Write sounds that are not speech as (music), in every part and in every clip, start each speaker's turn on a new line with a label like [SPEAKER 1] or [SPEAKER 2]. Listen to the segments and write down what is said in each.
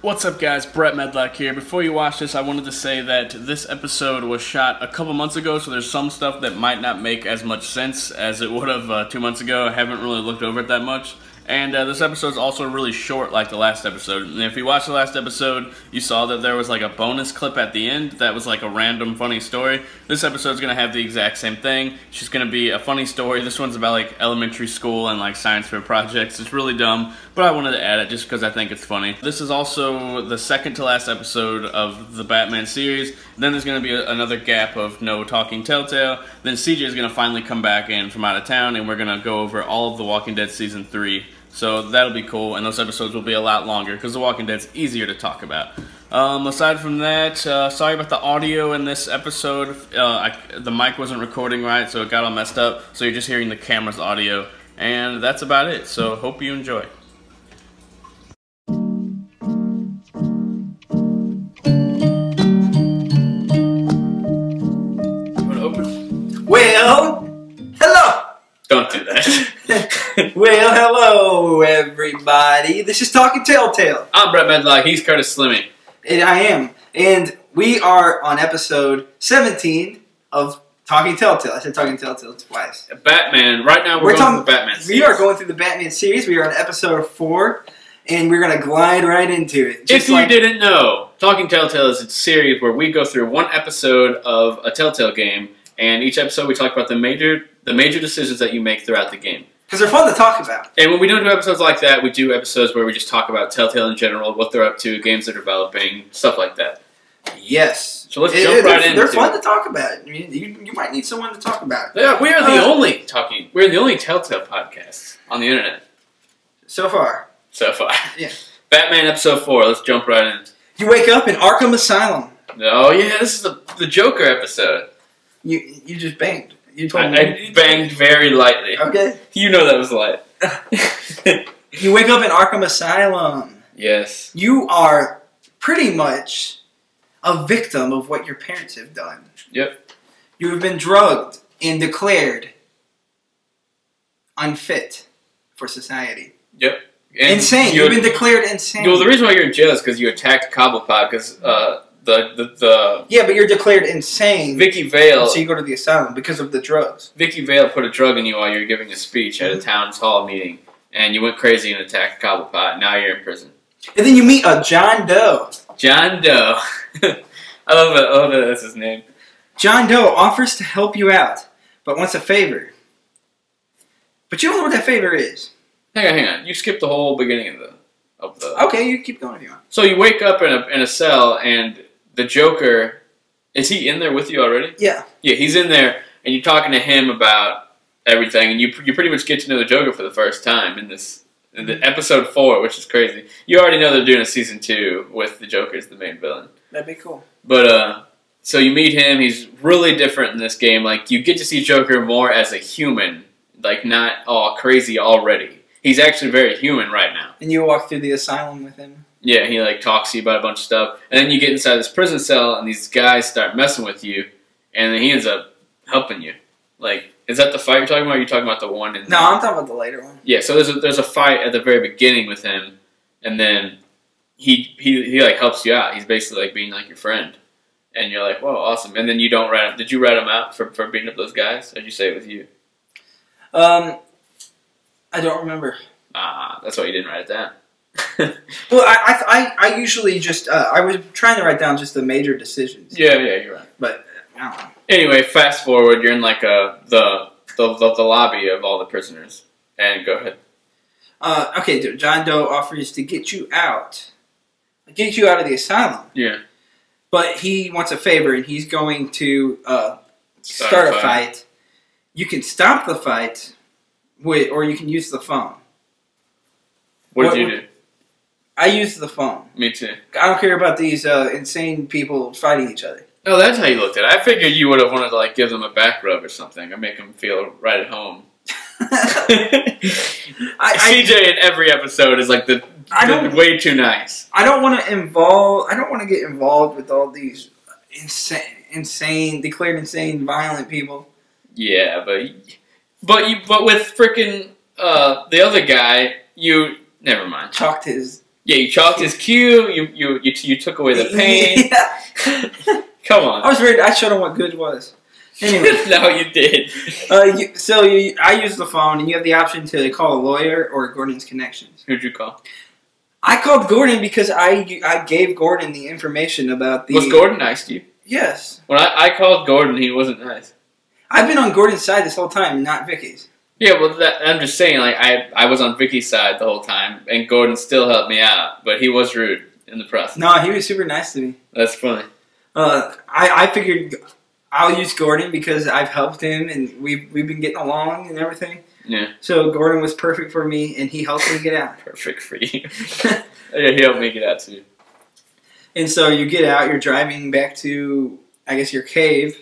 [SPEAKER 1] What's up, guys? Brett Medlock here. Before you watch this, I wanted to say that this episode was shot a couple months ago, so there's some stuff that might not make as much sense as it would have uh, two months ago. I haven't really looked over it that much. And uh, this episode's also really short, like the last episode. And if you watched the last episode, you saw that there was like a bonus clip at the end that was like a random funny story. This episode's gonna have the exact same thing. It's just gonna be a funny story. This one's about like elementary school and like science fair projects. It's really dumb, but I wanted to add it just because I think it's funny. This is also the second to last episode of the Batman series. Then there's gonna be a- another gap of no talking Telltale. Then CJ is gonna finally come back in from out of town, and we're gonna go over all of The Walking Dead season three. So that'll be cool, and those episodes will be a lot longer because The Walking Dead's easier to talk about. Um, aside from that, uh, sorry about the audio in this episode. Uh, I, the mic wasn't recording right, so it got all messed up. So you're just hearing the camera's audio, and that's about it. So hope you enjoy.
[SPEAKER 2] Well, hello.
[SPEAKER 1] Don't do that. (laughs)
[SPEAKER 2] Well, hello, everybody. This is Talking Telltale,
[SPEAKER 1] I'm Ah, Brett Medlock. He's Curtis Slimming.
[SPEAKER 2] and I am, and we are on episode 17 of Talking Telltale. I said Talking Telltale twice.
[SPEAKER 1] Batman. Right now, we're,
[SPEAKER 2] We're
[SPEAKER 1] going
[SPEAKER 2] talking-
[SPEAKER 1] through the Batman.
[SPEAKER 2] We
[SPEAKER 1] series.
[SPEAKER 2] are going through the Batman series. We are on episode four, and we're gonna glide right into it.
[SPEAKER 1] If
[SPEAKER 2] Just
[SPEAKER 1] you
[SPEAKER 2] like-
[SPEAKER 1] didn't know, Talking Telltale is a series where we go through one episode of a Telltale game, and each episode we talk about the major the major decisions that you make throughout the game.
[SPEAKER 2] because they're fun to talk about.
[SPEAKER 1] And when we don't do episodes like that, we do episodes where we just talk about Telltale in general, what they're up to, games they're developing, stuff like that.
[SPEAKER 2] Yes.
[SPEAKER 1] So let's
[SPEAKER 2] It-
[SPEAKER 1] jump
[SPEAKER 2] it-
[SPEAKER 1] right
[SPEAKER 2] they're,
[SPEAKER 1] in.
[SPEAKER 2] They're fun to talk about. I mean, you, you might need someone to talk about
[SPEAKER 1] Yeah, we are the
[SPEAKER 2] Uh,
[SPEAKER 1] only talking. We're the only Telltale podcast on the internet
[SPEAKER 2] so far.
[SPEAKER 1] so far.
[SPEAKER 2] Yeah.
[SPEAKER 1] (laughs) Batman episode four. Let's jump right in.
[SPEAKER 2] You wake up in Arkham Asylum.
[SPEAKER 1] Oh yeah, this is the the Joker episode.
[SPEAKER 2] You you just banged. You
[SPEAKER 1] I,
[SPEAKER 2] told me.
[SPEAKER 1] I banged very lightly.
[SPEAKER 2] Okay.
[SPEAKER 1] You know that was light.
[SPEAKER 2] (laughs) You wake up in Arkham Asylum.
[SPEAKER 1] (laughs) yes.
[SPEAKER 2] You are pretty much a victim of what your parents have done.
[SPEAKER 1] Yep.
[SPEAKER 2] You have been drugged and declared unfit for society. insane.
[SPEAKER 1] You're,
[SPEAKER 2] You've been declared insane.
[SPEAKER 1] well, the reason why you're in jail is because you attacked Cobblepot because uh, the, the
[SPEAKER 2] yeah, but you're declared
[SPEAKER 1] the
[SPEAKER 2] insane.
[SPEAKER 1] Vicky Vale
[SPEAKER 2] So you go to the asylum because of the drugs.
[SPEAKER 1] Vicky Vale put a drug in you while you were giving a speech at a
[SPEAKER 2] Mm-hmm.
[SPEAKER 1] town hall meeting, and you went crazy and attacked Cobblepot. Now you're in prison.
[SPEAKER 2] And then you meet a John Doe.
[SPEAKER 1] John Doe. (laughs) I love it. I love that that's his name.
[SPEAKER 2] John Doe offers to help you out, but wants a favor. But you don't know what that favor is.
[SPEAKER 1] Hang on, hang on. You skipped the whole beginning of the of the.
[SPEAKER 2] Okay, you keep going if you want.
[SPEAKER 1] So you wake up in a in a cell, and the Joker is he in there with you already?
[SPEAKER 2] Yeah.
[SPEAKER 1] Yeah, he's in there, and you're talking to him about everything, and you you pretty much get to know the Joker for the first time in this in the episode four, which is crazy. You already know they're doing a season two with the Joker as the main villain,
[SPEAKER 2] That'd be cool.
[SPEAKER 1] but uh. So you meet him. He's really different in this game. Like you get to see Joker more as a human, like not all crazy already. He's actually very human right now.
[SPEAKER 2] And you walk through the asylum with him.
[SPEAKER 1] Yeah, he like talks to you about a bunch of stuff, and then you get inside this prison cell, and these guys start messing with you, and then he ends up helping you. Like, is that the fight you're talking about? Or you talking about the one in?
[SPEAKER 2] No, I'm talking about the later one.
[SPEAKER 1] Yeah. So there's a, there's a fight at the very beginning with him, and then he he he like helps you out. He's basically like being like your friend, and you're like, whoa, awesome. And then you don't rat him. Did you rat him out for for beating up those guys? Or did you say it was you?
[SPEAKER 2] Um, I don't remember.
[SPEAKER 1] Ah, that's why you didn't write it down. (laughs)
[SPEAKER 2] Well, I I, I, I usually just uh, I was trying to write down just the major decisions,
[SPEAKER 1] yeah, yeah, you're right.
[SPEAKER 2] but I don't know.
[SPEAKER 1] Anyway, fast forward. You're in like a the the, the, the lobby of all the prisoners. And go ahead.
[SPEAKER 2] Uh, okay, so John Doe offers to get you out, get you out of the asylum,
[SPEAKER 1] Yeah.
[SPEAKER 2] but he wants a favor, and he's going to uh, start, a fight. You can stop the fight, with, or you can use the phone.
[SPEAKER 1] What,
[SPEAKER 2] What
[SPEAKER 1] did you
[SPEAKER 2] would-
[SPEAKER 1] do?
[SPEAKER 2] I use the phone.
[SPEAKER 1] Me too.
[SPEAKER 2] I don't care about these uh, insane people fighting each other. (laughs)
[SPEAKER 1] Oh, that's how you looked at it. I figured you would have wanted to like give them a back rub or something, or make them feel right at home.
[SPEAKER 2] (laughs) I,
[SPEAKER 1] (laughs)
[SPEAKER 2] I,
[SPEAKER 1] CJ in every episode is like the,
[SPEAKER 2] I
[SPEAKER 1] the
[SPEAKER 2] don't-
[SPEAKER 1] way too nice.
[SPEAKER 2] I don't want to involve. I don't want to get involved with all these insane, insane, declared insane, violent people.
[SPEAKER 1] Yeah, but but you but with freaking uh, the other guy, you never mind.
[SPEAKER 2] Chalked his
[SPEAKER 1] Yeah, you chalked his cue. You you you, you took away
[SPEAKER 2] (laughs)
[SPEAKER 1] the pain.
[SPEAKER 2] Yeah.
[SPEAKER 1] Come on.
[SPEAKER 2] I was worried. I showed him what good was. Anyway,
[SPEAKER 1] (laughs) no, you did.
[SPEAKER 2] uh, you, so you, I use the phone, and you have the option to call a lawyer or Gordon's connections.
[SPEAKER 1] Who'd you call?
[SPEAKER 2] I called Gordon because I I gave Gordon the information about the.
[SPEAKER 1] Was Gordon nice to you?
[SPEAKER 2] Yes,
[SPEAKER 1] When I, I called Gordon, he wasn't nice.
[SPEAKER 2] I've been on Gordon's side this whole time, not Vicky's.
[SPEAKER 1] Yeah, well, that, I'm just saying, like I I was on Vicky's side the whole time, and Gordon still helped me out, but he was rude in the process.
[SPEAKER 2] No, he was super nice to me.
[SPEAKER 1] That's funny.
[SPEAKER 2] Uh, I I figured I'll use Gordon because I've helped him, and we we've been getting along and everything.
[SPEAKER 1] Yeah.
[SPEAKER 2] So Gordon was perfect for me, and he helped me get out. (laughs)
[SPEAKER 1] Perfect for you. (laughs) yeah, he helped me get out too.
[SPEAKER 2] And so you get out, you're driving back to, I guess, your cave.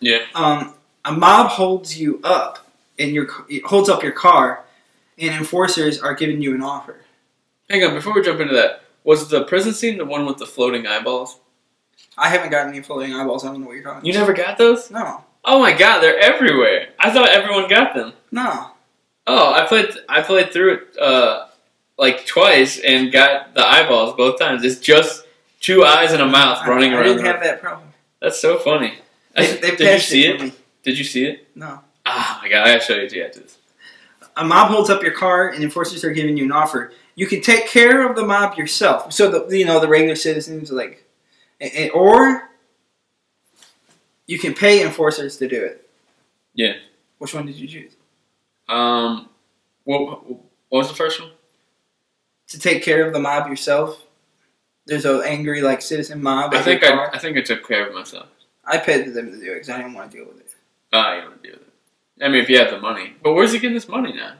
[SPEAKER 1] Yeah.
[SPEAKER 2] Um, a mob holds you up, and your it holds up your car, and enforcers are giving you an offer.
[SPEAKER 1] Hang on, before we jump into that, was the prison scene the one with the floating eyeballs?
[SPEAKER 2] I haven't gotten any floating eyeballs. I don't know what you're talking.
[SPEAKER 1] You never got those?
[SPEAKER 2] No,
[SPEAKER 1] Oh my god, they're everywhere. I thought everyone got them.
[SPEAKER 2] no.
[SPEAKER 1] Oh, I played I played through it uh, like twice and got the eyeballs both times. It's just two eyes and a mouth
[SPEAKER 2] I-
[SPEAKER 1] running
[SPEAKER 2] I,
[SPEAKER 1] around.
[SPEAKER 2] didn't have that problem.
[SPEAKER 1] That's so funny. I- (laughs)
[SPEAKER 2] They- they
[SPEAKER 1] did you
[SPEAKER 2] passed
[SPEAKER 1] see
[SPEAKER 2] for
[SPEAKER 1] it?
[SPEAKER 2] me.
[SPEAKER 1] Did you see it?
[SPEAKER 2] No.
[SPEAKER 1] Ah, my god, I gotta show you after this.
[SPEAKER 2] A mob holds up your car, and enforcers are giving you an offer. You can take care of the mob yourself. So the you know the regular citizens like, and, and- or you can pay enforcers to do it.
[SPEAKER 1] Yeah.
[SPEAKER 2] Which one did you choose?
[SPEAKER 1] Um, what, what was the first one?
[SPEAKER 2] to take care of the mob yourself. There's an angry like citizen
[SPEAKER 1] I
[SPEAKER 2] mob. at your
[SPEAKER 1] think I,
[SPEAKER 2] bar.
[SPEAKER 1] I think I took care of myself.
[SPEAKER 2] I paid them to do it because I didn't want to deal with it.
[SPEAKER 1] Ah, you don't do that. I mean, if you have the money, but where's he getting this money now?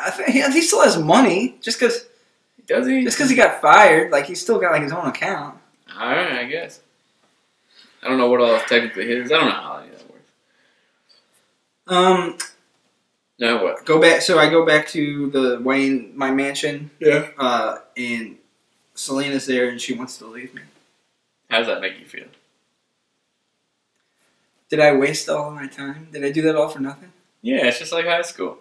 [SPEAKER 2] I think he, he still has money just because
[SPEAKER 1] Does he?
[SPEAKER 2] just because he got fired. Like he's still got like his own account.
[SPEAKER 1] All right, I guess. I don't know what all is technically his. I don't know how any of that works.
[SPEAKER 2] Um,
[SPEAKER 1] Now what?
[SPEAKER 2] go back. So I go back to the Wayne my mansion.
[SPEAKER 1] Yeah.
[SPEAKER 2] Uh, and Selena's there and she wants to leave me.
[SPEAKER 1] How does that make you feel?
[SPEAKER 2] Did I waste all of my time? Did I do that all for nothing?
[SPEAKER 1] Yeah, it's just like high
[SPEAKER 2] (laughs)
[SPEAKER 1] school.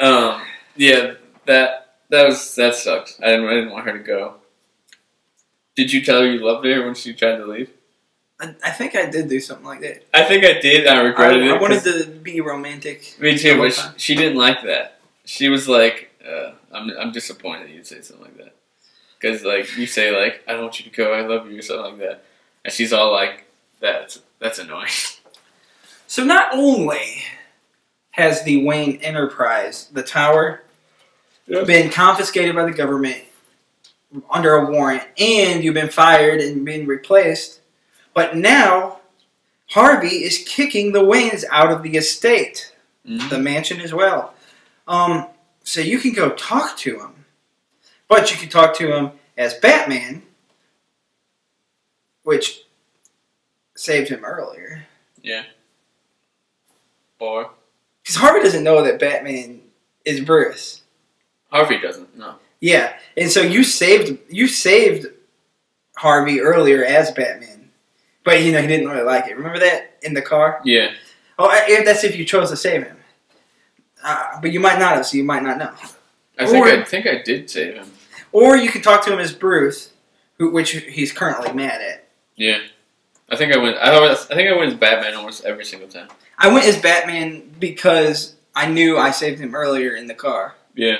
[SPEAKER 1] um, yeah, that that was that sucked. I didn't, I didn't want her to go. Did you tell her you loved her when she tried to leave?
[SPEAKER 2] I, I think I did do something like that.
[SPEAKER 1] I think I did. I
[SPEAKER 2] I,
[SPEAKER 1] regretted it.
[SPEAKER 2] I wanted
[SPEAKER 1] 'cause-
[SPEAKER 2] to be romantic.
[SPEAKER 1] Me
[SPEAKER 2] the
[SPEAKER 1] too,
[SPEAKER 2] whole
[SPEAKER 1] but she,
[SPEAKER 2] time.
[SPEAKER 1] she didn't like that. She was like, uh, "I'm I'm disappointed you'd say something like that," because like you say like, "I don't want you to go. I love you" or something like that, and she's all like, "That's that's annoying." (laughs)
[SPEAKER 2] So not only has the Wayne Enterprise, the tower,
[SPEAKER 1] Yep.
[SPEAKER 2] been confiscated by the government under a warrant, and you've been fired and been replaced, but now Harvey is kicking the Waynes out of the estate,
[SPEAKER 1] Mm-hmm.
[SPEAKER 2] the mansion as well. Um, so you can go talk to him, but you can talk to him as Batman, which saved him earlier.
[SPEAKER 1] Or
[SPEAKER 2] Because Harvey doesn't know that Batman is Bruce.
[SPEAKER 1] Harvey doesn't. No.
[SPEAKER 2] Yeah, and so you saved you saved Harvey earlier as Batman, but you know he didn't really like it. Remember that in the car?
[SPEAKER 1] Yeah.
[SPEAKER 2] Oh, I- if that's if you chose to save him, uh, but you might not have, so you might not know.
[SPEAKER 1] I think
[SPEAKER 2] Or-
[SPEAKER 1] I think I did save him.
[SPEAKER 2] Or you could talk to him as Bruce, who, which he's currently mad at.
[SPEAKER 1] Yeah. I think I went. I always, I think I went as Batman almost every single time.
[SPEAKER 2] I went as Batman because I knew I saved him earlier in the car.
[SPEAKER 1] Yeah.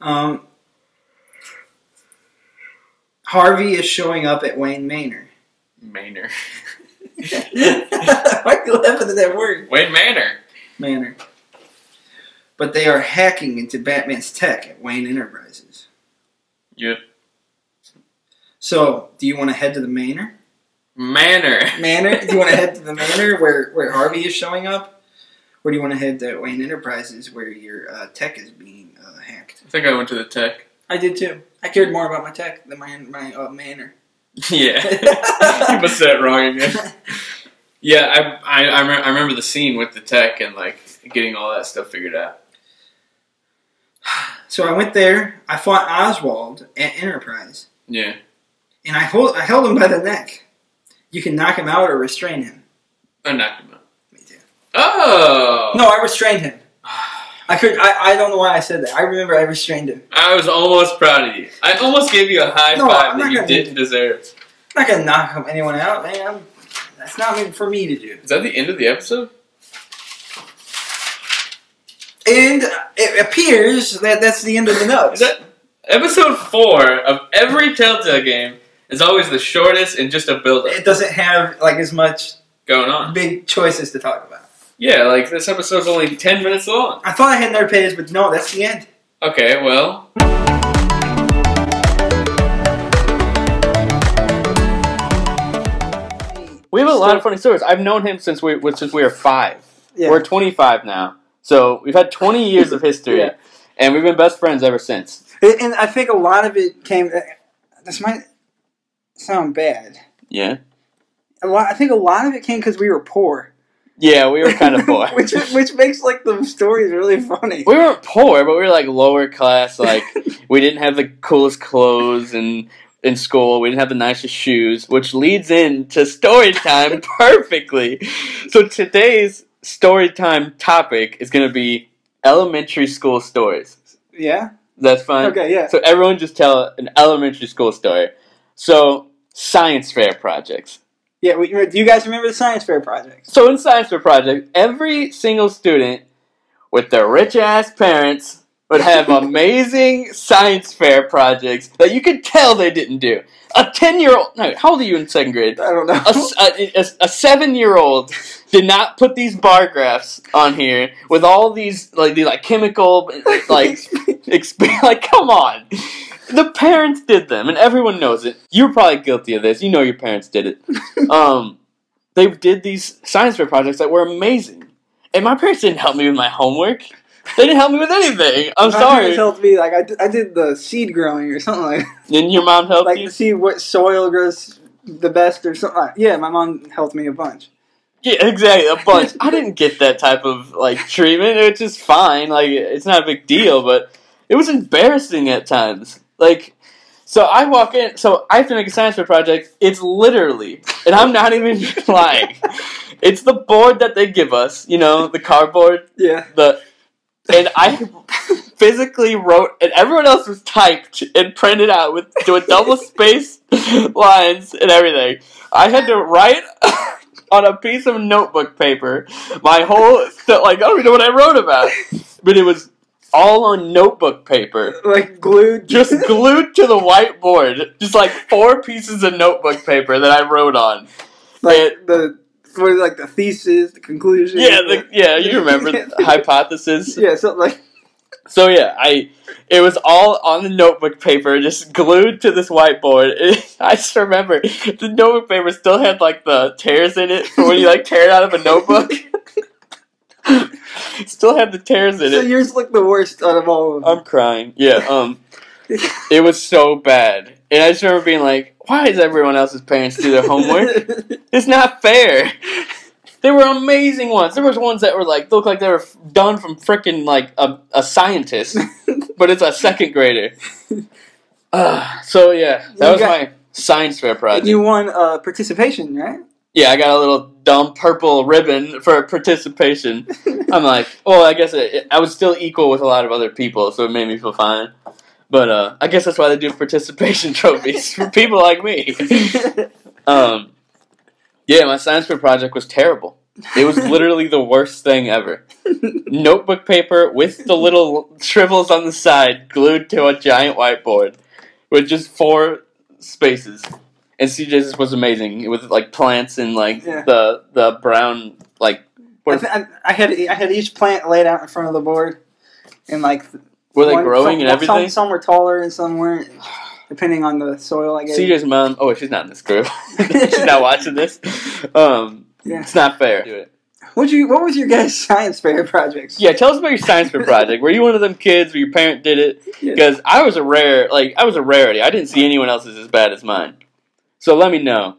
[SPEAKER 2] Um, Harvey is showing up at Wayne Manor.
[SPEAKER 1] Manor.
[SPEAKER 2] (laughs)
[SPEAKER 1] (laughs)
[SPEAKER 2] Why you laughing at that word?
[SPEAKER 1] Wayne Manor.
[SPEAKER 2] Manor. But they are hacking into Batman's tech at Wayne Enterprises.
[SPEAKER 1] Yep.
[SPEAKER 2] So, do you want to head to the manor?
[SPEAKER 1] Manor.
[SPEAKER 2] Manor? do you want to head to the manor where, where Harvey is showing up? Or do you want to head to Wayne Enterprises where your uh, tech is being uh, hacked?
[SPEAKER 1] I think I went to the tech. (laughs)
[SPEAKER 2] I did too. I cared more about my tech than my, my uh, manor.
[SPEAKER 1] Yeah, you must said it wrong again. Yeah, I I I, rem- I remember the scene with the tech and like getting all that stuff figured out.
[SPEAKER 2] (laughs) So I went there. I fought Oswald at Enterprise,
[SPEAKER 1] Yeah,
[SPEAKER 2] and I hold I held him by the neck. You can knock him out or restrain him.
[SPEAKER 1] I knocked him out.
[SPEAKER 2] Me too.
[SPEAKER 1] Oh
[SPEAKER 2] No, I restrained him. I could. I, I don't know why I said that. I remember I restrained him.
[SPEAKER 3] I was almost proud of you. I almost gave you a high
[SPEAKER 2] No, I'm
[SPEAKER 3] five
[SPEAKER 2] not
[SPEAKER 3] that you
[SPEAKER 2] gonna-
[SPEAKER 3] didn't deserve.
[SPEAKER 2] I'm not gonna knock him, anyone out, man. I'm, that's not me- for me to do.
[SPEAKER 3] Is that the end of the episode?
[SPEAKER 2] And it appears that that's the end of the notes.
[SPEAKER 3] Is that episode four of every Telltale game is always the shortest and just a build up
[SPEAKER 2] it doesn't have like as much
[SPEAKER 3] going on.
[SPEAKER 2] big choices to talk about.
[SPEAKER 3] Yeah, like this episode's only ten minutes long.
[SPEAKER 2] I thought I had another page, but no, that's the end.
[SPEAKER 3] Okay, well,
[SPEAKER 1] We have a lot of funny stories. I've known him since we since we were five.
[SPEAKER 2] Yeah.
[SPEAKER 1] We're 25 now, so we've had 20 years of history,
[SPEAKER 3] Yeah.
[SPEAKER 1] and we've been best friends ever since.
[SPEAKER 2] And- And I think a lot of it came. uh, This might sound bad.
[SPEAKER 1] Yeah,
[SPEAKER 2] A lot. I think a lot of it came because we were poor.
[SPEAKER 1] yeah, we were kind
[SPEAKER 2] (laughs)
[SPEAKER 1] of poor.
[SPEAKER 2] which which makes like the stories really funny.
[SPEAKER 1] we weren't poor, but we were like lower class. Like we didn't have the coolest clothes and. In school, we didn't have the nicest shoes, which leads into story time (laughs) perfectly. So today's story time topic is going to be elementary school stories.
[SPEAKER 2] (laughs) yeah.
[SPEAKER 1] That's fine.
[SPEAKER 2] Okay. Yeah.
[SPEAKER 1] So everyone just tell an elementary school story. So science fair projects.
[SPEAKER 2] Yeah. We, do you guys remember the science fair project?
[SPEAKER 1] So in science fair project, every single student with their rich ass parents would have amazing science fair projects that you could tell they didn't do. A ten year old, no, how old are you in second grade?
[SPEAKER 2] I don't know.
[SPEAKER 1] A, s- a- a- a seven year old did not put these bar graphs on here with all these like the like chemical
[SPEAKER 2] (laughs)
[SPEAKER 1] like Exp- (laughs) like, come on. The parents did them, and everyone knows it. You're probably guilty of this. You know your parents did
[SPEAKER 2] (laughs)
[SPEAKER 1] it. Um, they did these science fair projects that were amazing, and my parents didn't help me with my homework. They didn't help me with anything.
[SPEAKER 2] (laughs)
[SPEAKER 1] I'm
[SPEAKER 2] My
[SPEAKER 1] sorry.
[SPEAKER 2] parents helped me like I did, I did the seed growing or something like
[SPEAKER 1] Didn't your mom help
[SPEAKER 2] like
[SPEAKER 1] you?
[SPEAKER 2] to see what soil grows the best or something. Like, yeah, my mom helped me a bunch.
[SPEAKER 1] Yeah, exactly. A bunch. I didn't get that type of like treatment, which is fine. Like it's not a big deal, but it was embarrassing at times. Like, so I walk in. So I have to make a science fair project. It's literally, and I'm not even (laughs) lying. It's the board that they give us. You know, the cardboard.
[SPEAKER 2] Yeah.
[SPEAKER 1] The and (laughs) I physically wrote, and everyone else was typed and printed out with with double space lines and everything. I had to write (laughs) on a piece of notebook paper my whole st- like I don't even know what I wrote about, but it was all on notebook paper.
[SPEAKER 2] Like glued.
[SPEAKER 1] Just
[SPEAKER 2] (laughs)
[SPEAKER 1] glued to the whiteboard, just like four pieces of notebook paper that I wrote on.
[SPEAKER 2] like
[SPEAKER 1] it-
[SPEAKER 2] the what is it, like the thesis, the conclusion.
[SPEAKER 1] Yeah, the, yeah, you remember the hypothesis.
[SPEAKER 2] yeah, something like
[SPEAKER 1] So yeah, I it was all on the notebook paper, just glued to this whiteboard. (laughs) I just remember the notebook paper still had like the tears in it for when you like tear it out of a (laughs)
[SPEAKER 2] (laughs)
[SPEAKER 1] notebook. (laughs) still had the tears in
[SPEAKER 2] so.
[SPEAKER 1] it.
[SPEAKER 2] Yours looked the worst out of all of them.
[SPEAKER 1] I'm crying. Yeah, um, it was so bad, and I just remember being like, "Why does everyone else's parents do their homework?
[SPEAKER 2] (laughs)
[SPEAKER 1] It's not fair." They were amazing ones. There was ones that were like looked like they were f- done from frickin' like a, a scientist but it's a second grader. (laughs) Uh, so yeah, that
[SPEAKER 2] You
[SPEAKER 1] was
[SPEAKER 2] got-
[SPEAKER 1] my science fair project.
[SPEAKER 2] you won uh, participation, right?
[SPEAKER 1] yeah, I got a little dumb purple ribbon for participation. I'm like, well, I guess it, it- I was still equal with a lot of other people, so it made me feel fine. But uh, I guess that's why they do participation (laughs) trophies for people like
[SPEAKER 2] (laughs)
[SPEAKER 1] me. Um, yeah, my science fair project was terrible. It
[SPEAKER 2] (laughs)
[SPEAKER 1] was literally the worst thing ever. Notebook paper with the little (laughs) shrivels on the side glued to a giant whiteboard with just four spaces. And CJ's was amazing with like plants and like
[SPEAKER 2] Yeah.
[SPEAKER 1] the the brown like
[SPEAKER 2] I,
[SPEAKER 1] were,
[SPEAKER 2] th- I, I had I had each plant laid out in front of the board, and like
[SPEAKER 1] were they
[SPEAKER 2] one-
[SPEAKER 1] growing
[SPEAKER 2] some,
[SPEAKER 1] and everything?
[SPEAKER 2] Some, some were taller and some weren't, depending on the soil. I guess.
[SPEAKER 1] CJ's mom. Oh, she's not in this group. (laughs) she's
[SPEAKER 2] (laughs)
[SPEAKER 1] not watching this. Um,
[SPEAKER 2] Yeah.
[SPEAKER 1] it's not fair. Do it.
[SPEAKER 2] What you? What was your guys' (laughs) science fair projects?
[SPEAKER 1] Yeah, tell us about your science fair project. Were you one of them kids where your parent did it?
[SPEAKER 2] Yeah.
[SPEAKER 1] Because I was a rare, like I was a rarity. I didn't see anyone else's as bad as mine. So let me know.